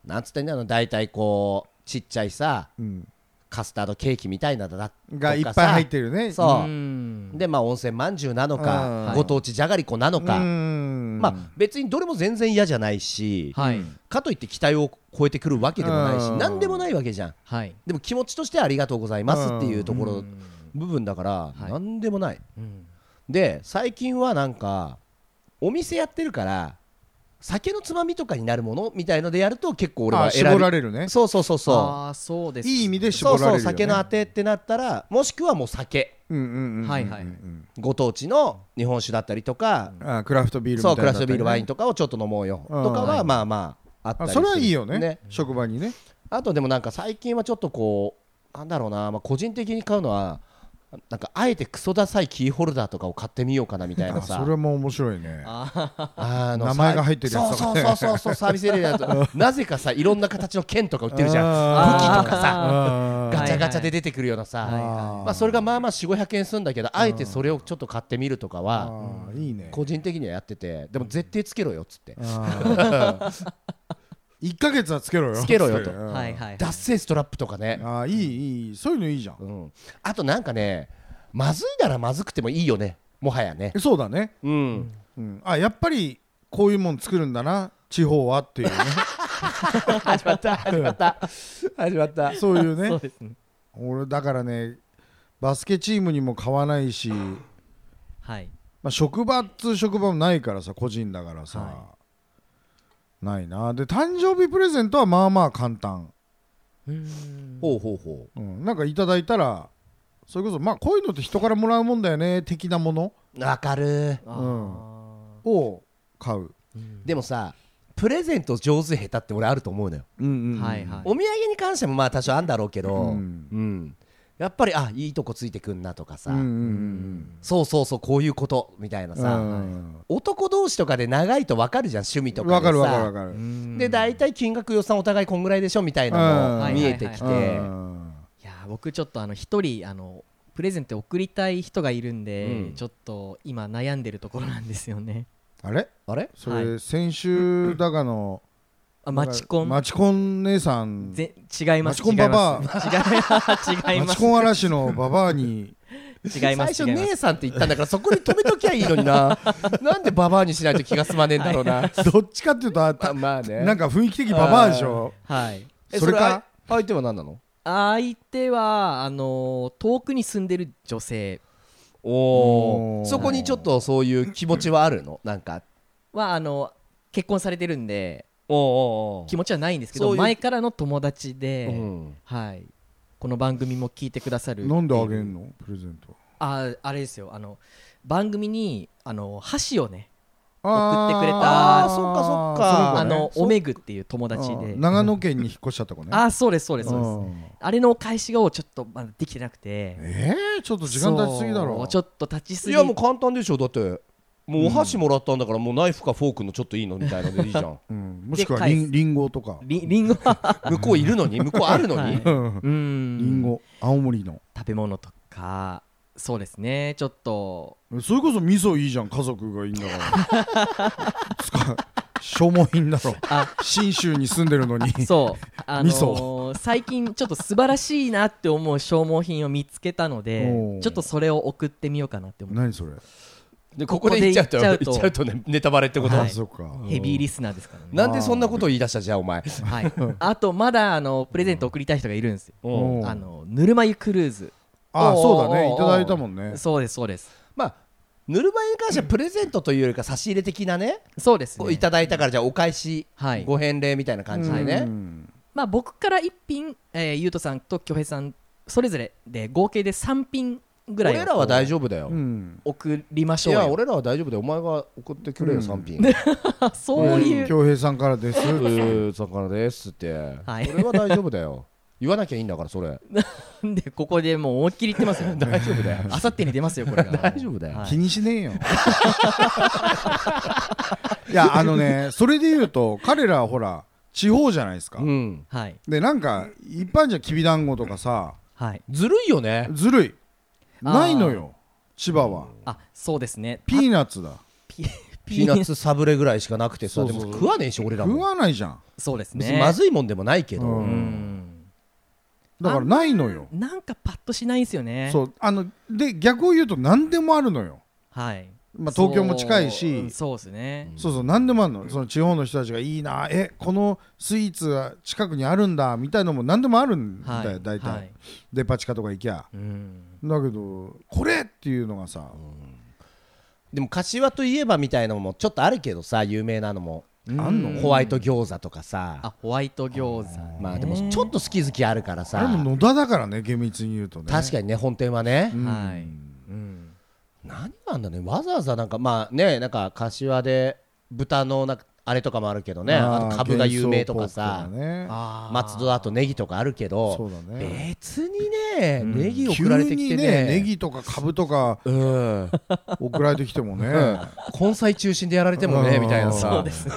C: なんつってんだろう大体こうちっちゃいさ
D: うん
C: カスタードケーキみたいなのだとかさ
D: がいっぱい入ってるね
C: そう
B: うん
C: でまあ温泉まんじゅうなの
D: う
C: か
D: ん
C: ご当地じゃがりこなの
D: う
C: か、
D: ん
C: まあ別にどれも全然嫌じゃないし、
B: はい
C: かといって期待を超えてくるわけでもないし、
D: うん
C: 何でもないわけじゃん
B: はい
C: でも気持ちとしてありがとうございますっていうところ、部分だから、
B: はい
C: 何でもない
B: うん
C: で最近はなんかお店やってるから酒のつまみとかになるものみたいのでやると結構俺
D: あ
C: は
D: あ
C: 選
D: 絞ら
C: び
D: れるね
C: そうそうそうそ
B: ああそうです
D: いい意味で
C: う
D: 絞
C: そ
D: ら
C: う
D: れるよ、
C: そ
D: ね、
C: う酒のあてってなったらもしくはもう酒
D: うんうんうんうんうん
B: はいはい
C: ご当地の日本酒だったりとか、
D: ああクラフトビールみた
C: そ
D: いうな
C: クラ
D: のだっ
C: フト
D: たりね
C: ビールワインとかをちょっと飲もうよ
D: うん
C: とか
B: は
C: はいまあまああった
D: あ
C: りす
D: そ
C: る
D: れはいいよね職場にね
C: あとでもなんか最近はちょっとこうなんだろうな、まあ、個人的に買うのはなんかあえてクソダサいキーホルダーとかを買ってみようかなみたいな
D: あ
C: さ
D: それも面白いね
C: あの
D: 名前が入ってるやつと
C: そ
D: か
C: うそうそうそうそうサービスエリアだ となぜかさいろんな形の剣とか売ってるじゃん武器
D: あ
C: とかさ
D: あ
C: ガチャガチャで出てくるようなさ、
B: はい
D: あ
C: まあ、それがまあまあ4 5 0 0円するんだけどあえてそれをちょっと買ってみるとかは
D: ああいいね
C: 個人的にはやっててでも絶対つけろよっつって
D: ああ一ヶ月はつけろよ
C: つけろよと
D: うん
B: はいはい
C: ダッセーストラップとかね、
D: ああいいいいそういうのいいじゃん
C: うん、あとなんかねまずいならまずくてもいいよねもはやね
D: えそうだね
C: うん
D: うんあやっぱりこういうもん作るんだな地方はっていうね
C: 始まった 始まった始まった
D: そういう
B: そう
D: ね
B: ですね
D: 俺だからねバスケチームにも買わないし
B: はい
D: まあ、職場っつう職場もないからさ個人だからさ、
B: は
D: ないなで誕生日プレゼントはまあまあ簡単、
B: うん
C: ほうほうほ
D: うん、なんかいただいたらそれこそまあこういうのって人からもらうもんだよね的なもの
C: うわかる
B: あー
D: を買う、
C: でもさプレゼント上手下手って俺あると思うのよ、
D: うん
B: はいはい
C: お土産に関してもまあ多少あんだろうけど、
D: うん
C: うんやっぱりあいいとこついてくんなとかさ、
D: うんうんうん
C: そうそうそうこういうことみたいな
D: うん
C: さ、男同士とかで長いと分かるじゃん趣味と
D: うん
C: かでさ
D: わかるわかるわかる、
B: うん
C: で大体金額予算お互いこんぐらいでしょみたいなの
D: う
C: も
D: ん
C: 見えてきて、
D: う
B: は
D: ん
B: いやー僕ちょっとあの一人あのプレゼント送りたい人がいるんで、
C: うん
B: ちょっと今悩んでるところなんですよね
D: あれ
C: あれ
D: そ
B: は
D: れ先週だがの
B: あマチコン
D: マチコン姉さん
B: ぜ違います
D: マチコンババ
B: ア違い
D: マ
B: ま
D: チ
B: す
D: コン嵐のババ アに
B: 違います違
C: 最初
B: います
C: 姉さんって言ったんだからそこに止めときゃいいのに ななんでババアにしないと気が済まねえんだろうな、
D: どっちかっていうとあ
C: まあ
D: た
C: まあね
D: なんか雰囲気的ババアでしょ
B: はい
C: え
D: それか
C: あ相手は何なの
B: 相手はあのー遠くに住んでる女性
C: お
D: お
C: お
D: ー
C: そこにちょっとそういう気持ちはあるのなんか
B: はあの結婚されてるんで
C: おお
B: 気持ちはないんですけ
C: そ
B: ど
C: ういう
B: 前からの友達で、
C: うん、
B: はいこの番組も聞いてくださる
D: なんであげんのプレゼント
B: ああれですよあの番組にあの箸をね送ってくれ
D: あー
B: た
D: あーそっかそっか
B: あの
D: そう
B: おめぐっていう友達
D: う
B: で
D: ん長野県に引っ越しちゃった子ね
B: あーそうですそうですそうです
D: うん
B: あれのお返しがちょっとまだできてなくて
D: えー、ちょっと時間経ちすぎだ
B: そ
D: ろ
B: うちょっと立ちす
C: い
B: ぎ
C: やもう簡単でしょだってもうお箸もらったんだからもうナイフかフォークのちょっといいのみたいのでいいじゃ ん
D: うん、もしくはり
B: で返
D: んりんごとか
B: りりんごは
C: 向こういるのに向こうあるの
B: は
C: に
B: い
D: うん
B: う
D: りん
B: ん
D: ご青森の
B: 食べ物とかそうですねちょっ と
D: それこそ味噌いいじゃん家族がいいんだからつか消耗品だろ
B: あ
D: 信州に住んでるのに
B: そう、あの
D: 味
B: ー
D: 噌
B: 最近ちょっと素晴らしいなって思う消耗品を見つけたの
D: お
B: で
D: ー
B: ちょっとそれを送ってみようかなって思う
D: 何それ
C: でここで言っちゃうと
B: ここで
C: 言っ
B: 言っ
C: ち
B: ち
C: ゃ
B: ゃ
C: う
B: う
C: とねネタバレってこと
B: はい
D: あそっか
B: ヘビーリスナーですからね、
C: なんでそんなことを言い出したじゃあお前
B: はい、あとまだあのプレゼント送りたい人がいるんですよ
C: うん
D: うん
B: あのぬるま湯クルーズ
D: あそうだ
C: おー
D: ねいただいたもんね
B: そうですそうです
C: まあぬるま湯に関してはプレゼントというよりか差し入れ的なね
B: そうです
C: こ
B: ね
C: ういただいたからじゃあお返し
B: はい
C: ご返礼みたいな感じで
D: う
C: ね
D: ん
B: まあ僕から1品、えー、ゆうとさんときょへいさんそれぞれで合計で3品ぐらいを
C: 俺らは大丈夫だよ
D: うん
B: 送りまし
C: い
B: ょうよ
C: や俺らは大丈夫だよお前が送ってくれ
D: う
C: よ
D: ん
C: 3品
B: あそういう、
D: 恭平さんからで
C: う
D: す
C: ー魚ですって、
B: はい
C: それは大丈夫だよ言わなきゃいいんだからそれ
B: でここでもう思いっきり言ってますよ大丈夫だ よあさってに出ますよこれが
C: 大丈夫だよ
B: はい
D: 気にしねえよ いやあのねそれで言うと彼らはほら地方じゃないですか、
C: うん
B: はい
D: でなんか一般じゃきびだんごとかさ
B: はい
C: ずるいよね
D: ずるい
B: あー
D: ないのよ千葉は
B: あそうですね
D: ピーナッツだ
B: ピ
C: ピーナッ
B: ピ
C: ツサブレぐらいしかなくてさ
D: そ
C: で
D: うそう
C: も食わねえし俺ら
D: 食
C: も
D: わないじゃん
B: そうです
C: 別
B: ね
C: にまずいもんでもないけど、
D: う
B: うん
D: だからないのよ
B: なんかパッとしないんですよね
D: そうあので逆を言うと何でもあるのよ
B: はい
D: まあ東京も近いし
B: そうそうですね
D: そうそう何でもあるのその地方の人たちがいいなえこのスイーツは近くにあるんだみたいのも何でもあるんだよ、
B: はい
D: 大体、
B: はい
D: デパ地下とか行きゃ
B: うん
D: だけどこれっていうのがさ、
C: でも柏といえばみたいなのもちょっとあるけどさ有名なのも、
D: あんの
C: ホワイト餃子とかさ
B: あホワイト餃子ね
C: まあでもちょっと好き好きあるから
D: あれ
C: さ
D: も野田だからね厳密に言うとね
C: 確かにね本店はね、
B: はいうん
C: 何があんだねわざわざなんかまあねなんか柏で豚のなんかあれとかもあるけどねあと株が有名とかさ、
D: 幻想ポークとかね
B: あー
C: 松戸だとネギとかあるけ
D: そ
C: ど
D: うだね
C: 別にね
B: ん
C: ネギ
D: 急
C: 送られてきて
D: にねネ
C: ね
D: ギとか株とか
C: うん
D: 送られてき てもね、
C: 根菜中心でやられてもね
D: うん
C: みたいな
D: そ
C: さ
D: う
B: ですね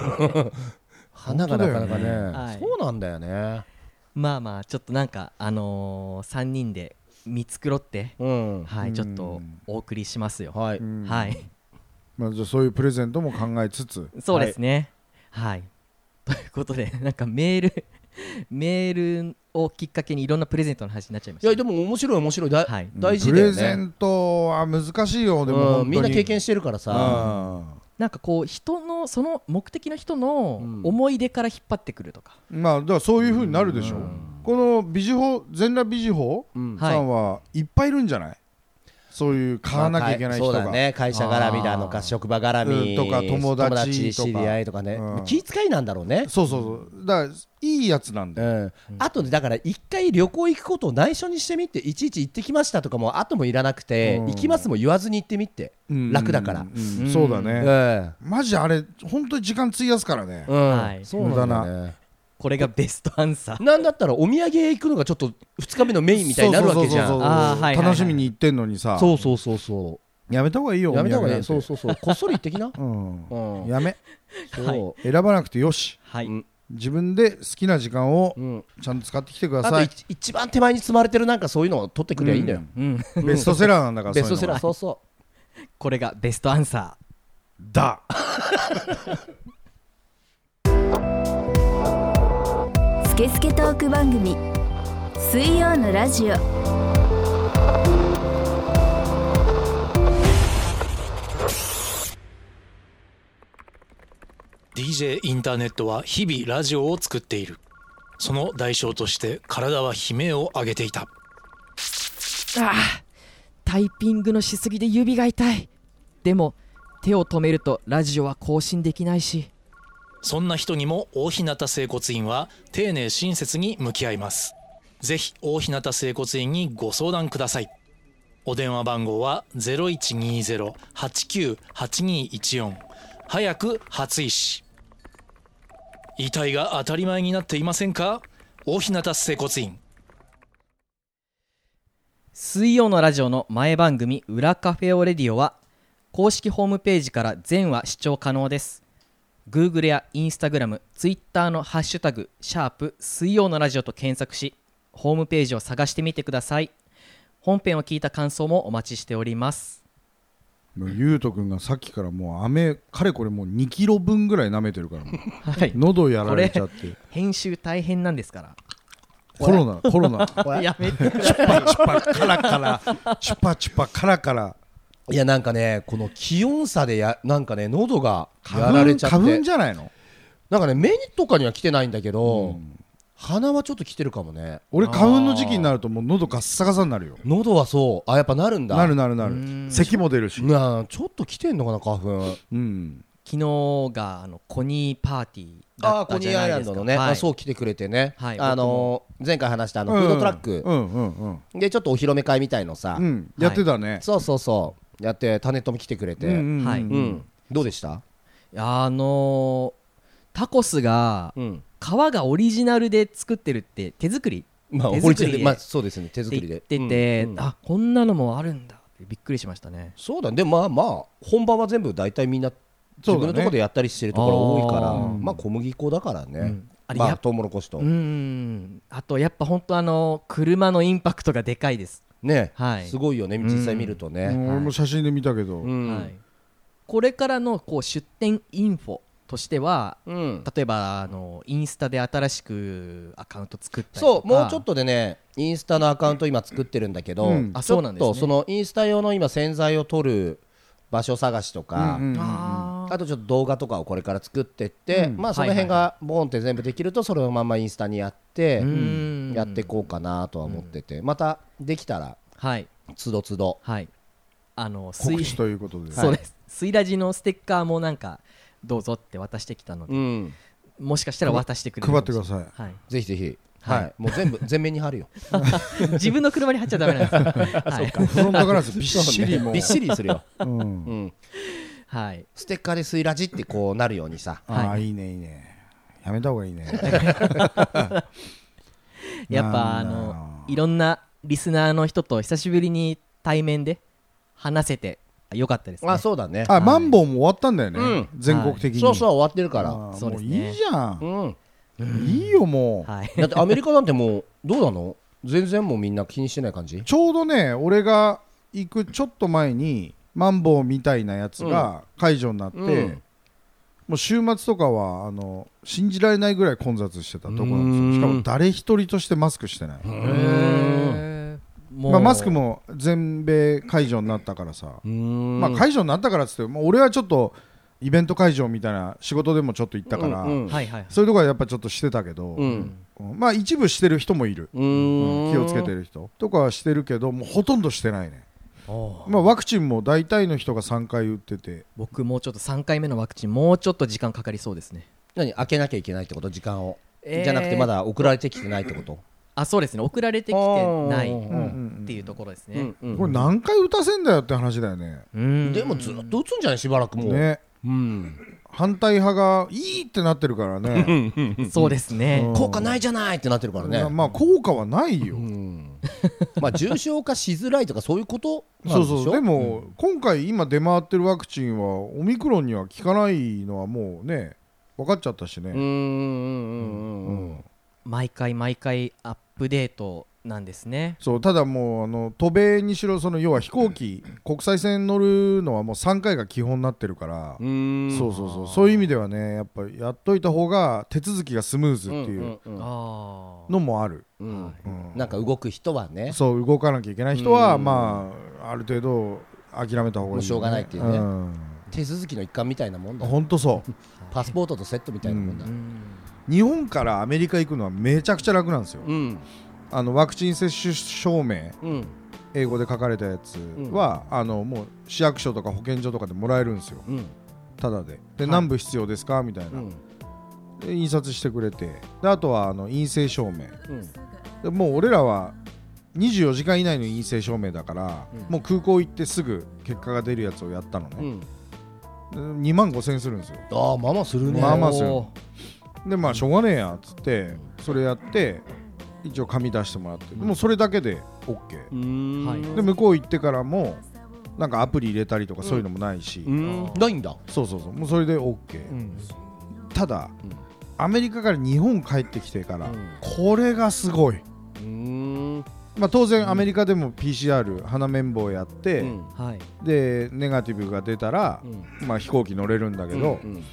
C: 花がなかなか
D: 本当だよ
B: ねは
C: ね
B: い
C: そうなんだよね
B: まあまあちょっとなんかあのー、3人で見繕って
C: うん
B: は
D: う
B: い
D: ん
B: ちょっとお送りしますよ
C: はい
D: うん
B: はい
D: まあ、じゃあそういうプレゼントも考えつつ
B: そうですねはい、ということで なんかメールメールをきっかけにいろんなプレゼントの話になっちゃいまし
C: い
B: た
C: やでも面白い面白いだ
B: はい
C: 大事
D: プ
C: だ
D: レ
C: よ
D: ゼ
C: ね
D: ントは難しいよでも本当
C: う
D: に
C: んみんな経験してるからさ
B: なんかこう人のその目的の人の
C: うん
B: 思い出から引っ張ってくるとか、
D: うんまあだからそういうふうになるでしょこの美女法全裸美女法
C: うん
D: さんはいっぱいいるんじゃないそういう買わなきゃいけない人
C: まあそうだ
D: が
C: ね会社絡みなのか職場絡み
D: うんとか友達とか
C: 知り合いとかね、
D: うん
C: 気遣いなんだろうね、
D: そうそうそうだからいいやつなん
C: う
D: だよ
C: ん、あとねだから一回旅行行くことを内緒にしてみていちいち行ってきましたとかも後もいらなくて、
D: うん
C: 行きますも言わずに行ってみて、
D: うん
C: 楽だから
D: うん
B: うん
D: そうだ
C: う
D: ね
C: ん
D: マジあれ本当に時間費やすからね
C: うん
B: はい
C: そうなんだよね
B: これがベストアンサー
C: なんだったらお土産屋行くのがちょっと2日目のメインみたいになるわけじゃ
D: そう
C: ん
D: そうそうそう
B: あーはいはいはい
D: 楽しみに行ってんのにさ
C: そうそうそうそ
D: やめた方がいいう よ
C: やめた方がいい
D: そ
C: そううそうそう こっそり行ってきな、
D: うん
C: うん
D: やめ
C: そう、
B: はい
D: 選ばなくてよし
B: はい、
C: うん
D: 自分で好きな時間を
C: うん
D: ちゃんと使ってきてくだ
C: あと
D: さい
C: 一一番手前に積まれてるなんかそういうのを取ってくりゃいいんだよ、
B: うん、
D: ベストセラーなんだから
C: ベストセラー
D: そう
C: そうそ
B: これがベストアンサー
D: いうのがだ
A: スケスケトーク番組水曜のラジオ
E: う DJ インターネットは日々ラジオを作っているその代償として体は悲鳴を上げていた
B: タイピングのしすぎで指が痛いでも手を止めるとラジオは更新できないし
E: そんな人にも大日向整骨院は丁寧親切に向き合いますぜひ大日向整骨院にご相談くださいお電話番号は0120-89-8214早く初石遺体が当たり前になっていませんか大日向整骨院
B: 水曜のラジオの前番組「裏カフェオレディオは」公式ホームページから全話視聴可能です Google や InstagramTwitter の「ハッシュタグシャープ水曜のラジオ」と検索しホームページを探してみてください本編を聞いた感想もお待ちしております
D: もうゆうとくんがさっきからもう飴かれこれもう2キロ分ぐらい舐めてるからも う
B: はい
D: 喉やられちゃって
B: 編集大変なんですか
D: コロナコロナチ
B: らやめて
D: ュパチュパカラカラチュパチュパカラカラ
C: いやなんかねこの気温差でやなんかね喉がやられちゃって
D: 花粉花粉じゃないの
C: なんかね目とかには来てないんだけど、鼻はちょっと来てるかもね
D: 俺花粉の時期になるともう喉ガッサガサになるよ
C: 喉はそうあやっぱなるんだ
D: なるなるな
B: う
D: る
B: ん
D: 咳も出るし
C: なあちょっと来てんのかな花粉
D: うん
B: 昨日があのコニーパーティーだ
C: あ
B: っ
C: ーコ
B: た
C: ニ
B: じゃ
C: ーア
B: な
C: イ
B: い
C: ラ
B: で
C: ン
B: す
C: ド
B: か
C: のね、
B: はい
C: あそう来てくれてね、
B: はい
C: あのー前回話したあの
D: うん
C: フードトラック、
D: うんうんうん
C: でちょっとお披露目会みたいのさ、
D: うんやってたね
C: そうそうそうやってタネットも来てくれて、
D: うんうんうん
B: はい
C: うんどうでした、
B: あのータコスが
C: うん
B: 皮がオリジナルで作ってるって手作り
C: まあ、
B: 手
C: オリ
B: 作
C: ジ
B: り
C: ナル
B: で
C: でまあそうですね手
B: っ
C: 作
B: て
C: り
B: 言っ
C: で
B: てて、
C: うんうん
B: あこんなのもあるんだってびっくりしましたね
C: そうだねでまあまあ本番は全部大体みんな自
D: そうだ
C: 分の
D: ね
C: ところでやったりしてるところ多いから、
B: あ
D: ー
C: まあ小麦粉だからね、
B: うんあれ
C: ま
B: や
C: あ
B: っ
C: トウモロコシと、
B: うんうんあとやっぱ本当あの車のインパクトがでかいです、
C: ね、
B: はい
C: すごいよね実際見ると
D: う
C: ね、
D: ん俺も写真で見たけど
C: うん
B: はい、これからのこう出店インフォとしては
C: うん
B: 例えばあのインスタで新しくアカウント作ったりとか
C: そうもうちょっとでねインスタのアカウント今作ってるんだけど、
D: うん
B: あ
C: ち
B: そ
C: ょ
B: う
C: っと
B: なんですね
C: そのインスタ用の今洗剤を取る場所探しとか、
D: うんうんうん
B: あー
C: あとちょっと動画とかをこれから作ってって、
D: うん
C: まあその辺がボーンって全部できるとそれをまんまインスタにやって、
B: うん
C: やっていこうかなとは思ってて、またできたら
B: はい
C: つどつど
B: はいあの水
D: 告知ということで
B: そうです、スイラジのステッカーもなんかどうぞって渡してきたので、
C: うん
B: もしかしたら渡してくれる
D: 配ってください
B: さい、はい、
C: ぜひぜひ
B: は
C: はいい、もう全部 全面に貼るよ
B: 自分の車に貼っちゃダメなんで すよ、はい
D: フロントガラスびっしりもう
C: びっしりするよ、
D: うん
C: うん、
B: はい、
C: ステッカーで「スイラジ」ってこうなるようにさ
D: あ
B: は
D: あいいねいいねやめた方がいいね
B: やっぱあ
D: なんだ
B: のいろんなリスナーの人と久しぶりに対面で話せてよかったですね
C: あそうだね
D: あマンボウも終わったんだよ
C: う
D: ね
C: ん
D: 全国的に
C: そうそう
D: う
C: 終わってるから
B: そうで
D: もう
B: すね
D: いいじゃん
C: うん
D: いいよもう
B: はい、
C: だってアメリカなんてもうどうなの全然もうみんな気にしてない感じ
D: ちょうどね俺が行くちょっと前にマンボウみたいなやつが解除になって
C: うん
D: もう週末とかはあの信じられないぐらい混雑してたとこなん
C: うーん
D: ですよしかも誰一人としてマスクしてない
B: へーもう
D: まあマスクも全米解除になったからさ
C: うん
D: まあ解除になったからっつってもう俺はちょっとイベント会場みたいな仕事でもちょっと行ったから、
C: うんうん
B: はいはいはい
D: そういうとこはやっぱちょっとしてたけど、
C: うん
D: まあ一部してる人もいる、
C: うーん
D: 気をつけてる人とかはしてるけどもうほとんどしてないね、
B: おー
D: まあ、ワクチンも大体の人が3回打ってて
B: 僕もうちょっと3回目のワクチンもうちょっと時間かかりそうですね
C: 何開けなきゃいけないってこと時間を、
B: えー
C: じゃなくてまだ送られてきてないってこと
B: あそうですね送られてきてない
C: うん
B: っ
C: うん
B: ていうところですね、
C: うんうん
D: これ何回打たせんだよって話だよね
B: うん
C: でもずっと打つんじゃないしばらくもう、
D: ね
C: うん、
D: 反対派がいいってなってるからね
B: そうですね、
D: うん
C: 効果ないじゃないってなってるからね、
D: まあ効果はないよ、
C: うん、まあ重症化しづらいとかそういうことなん
D: そ
C: で
D: う
C: し
D: そ
C: ょ
D: うでも、今回今出回ってるワクチンはオミクロンには効かないのはもうね分かっちゃったしね、
C: うんうんうんうんうん
B: 毎回毎回アップデートなんですね
D: そうただもうあの渡米にしろその要は飛行機国際線乗るのはもう3回が基本になってるから、
C: うんうん
D: そうそうそうそういう意味ではねやっぱやっといた方が手続きがスムーズっていう
C: うんうん
B: ああ
D: のもある、
C: うん
B: はい
D: うん
C: なんか動く人はね
D: そう動かなきゃいけない人は、
C: うん
D: まあある程度諦めた方がいいよね、
C: もうしょうがないっていうね
D: ん
C: 手続きの一環みたいなもんだ
D: ほんとそう
C: パスポートとセットみたいなもんだ、
D: 日本からアメリカ行くのはめちゃくちゃ楽なんですよ
C: うん
D: あのワクチン接種証明
C: うん
D: 英語で書かれたやつは、あのもう市役所とか保健所とかでもらえるんですよ
C: うん
D: ただでで、何部必要ですかみたいな、
C: うん
D: で印刷してくれてであとはあの陰性証
C: う
D: 明
C: ん
D: でもう俺らは24時間以内の陰性証明だから、
C: うん
D: もう空港行ってすぐ結果が出るやつをやったのね、
C: うん
D: 2万5000円するんですよ
C: ああまあまあするね
D: まあまあ
B: おー
D: するでまあしょうがねえやっつってそれやって一応紙出してもらってもうそれだけで OK
C: ん
B: はい
D: で向こう行ってからもなんかアプリ入れたりとかそういうのもないし、
C: うんないんだ
D: そうそうそうもうそれで OK、
B: うん
D: ただ、
C: うん
D: アメリカから日本帰ってきてから、
C: うん
D: これがすごい、
C: うん
D: まあ、当然アメリカでも PCR 鼻綿棒やって、
C: うん
B: はい
D: でネガティブが出たら、まあ、飛行機乗れるんだけど、
C: うん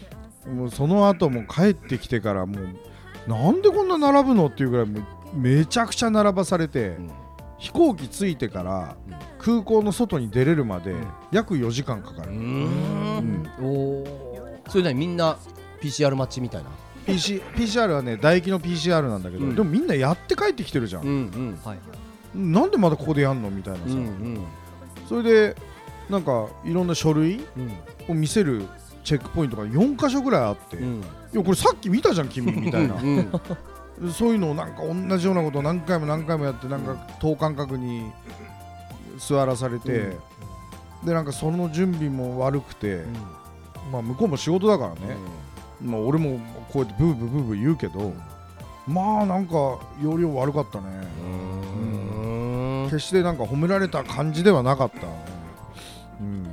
D: もうその後も帰ってきてからもうなんでこんな並ぶのっていうぐらいもうめちゃくちゃ並ばされて、
C: うん
D: 飛行機着いてから
C: うん
D: 空港の外に出れるまで約4時間かか
C: う
D: る、
C: んおーそれなにみんな PCR 待ちみたいな
D: PC PCR はね唾液の PCR なんだけど、
C: うん
D: でもみんなやって帰ってきてるじゃん
C: んうん
B: はい
D: なんでまだここでやんのみたいな
C: う
D: さ、
C: ん
D: それでなんかいろんな書類
C: うん
D: を見せるチェックポイントが4箇所ぐらいあって、
C: う
D: い
C: ん
D: やこれさっき見たじゃん君みたいな
C: うんうん
D: そういうのをなんか同じようなことを何回も何回もやってなんか等間隔に座らされて、でなんかその準備も悪くて、まあ向こうも仕事だからね、まあ俺もこうやってブーブーブーブー言うけどまあなんか要領悪かったね、
C: うん
D: 決してなんか褒められた感じではなかった、うん、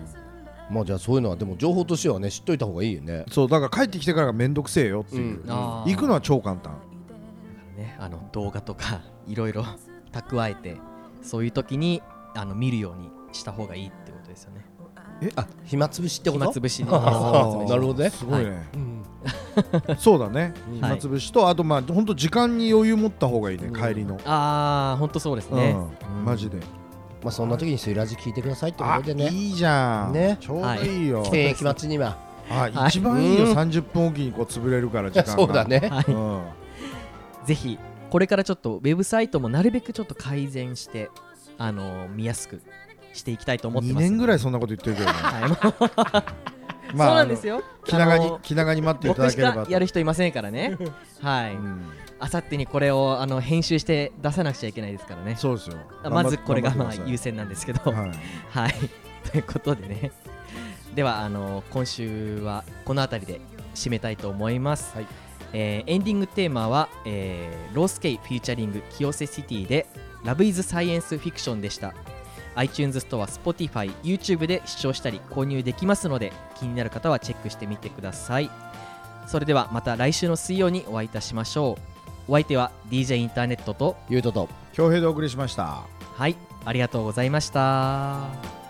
C: まあじゃあそういうのはでも情報としてはね知っといた方がいいよね
D: そうだから帰ってきてからが面倒くせえよっていう、
C: うん
B: あー
D: 行くのは超簡単
B: ね、あの動画とか いろいろ蓄えてそういう時にあの見るようにした方がいいってことですよね
C: あ暇つぶしってこと
B: 暇つぶしに
C: あーなるほどね
D: すごいね、
C: うん
D: そうだね
C: うん
D: 暇つぶしとあとまあ本当時間に余裕持った方がいいね、帰りの、
B: ああ本当そうですね、
D: うん、マジで、
C: まあそんな時にスイラジ聞いてくださいってこ
D: あ
C: とでね
D: いいじゃん、
C: ね
D: ちょうどいいよ、
C: 検疫待ちには
D: あ一番いいよ、
C: うん
D: 30分おきにこう潰れるから時間が
C: そうだ、ね
D: う
B: は
D: ん、
B: い、ぜひこれからちょっとウェブサイトもなるべくちょっと改善してあの見やすくしていきたいと思って
D: 2
B: ます
D: 年ぐ
B: い
D: らいそんなこと言ってるけどね
B: そうなんです
D: よ
B: よ
D: 気長
B: あ
D: に
B: の
D: 気長に待っていた
B: 僕
D: だ
B: し
D: けれ
B: か
D: ばと
B: やる人いませんから ねはい
D: うん
B: あさってにこれをあの編集して出さなくちゃいけないですからね
D: そうですよ
B: まずこれがまあ優
D: 先
B: 先なんですけど
D: はい
B: はい、 ということでね、ではあの今週はこの辺りで締めたいと思います。
C: はい
B: えーエンディングテーマは、えーロースケイフューチャリング清瀬シティで「ラブイズサイエンスフィクションでした iTunes ストア Spotify、YouTube で視聴したり購入できますので気になる方はチェックしてみてくださいそれではまた来週の水曜にお会いいたしましょうお相手は DJ インターネットと
C: ゆうとと
D: 恭平でお送りしました
B: はいありがとうございました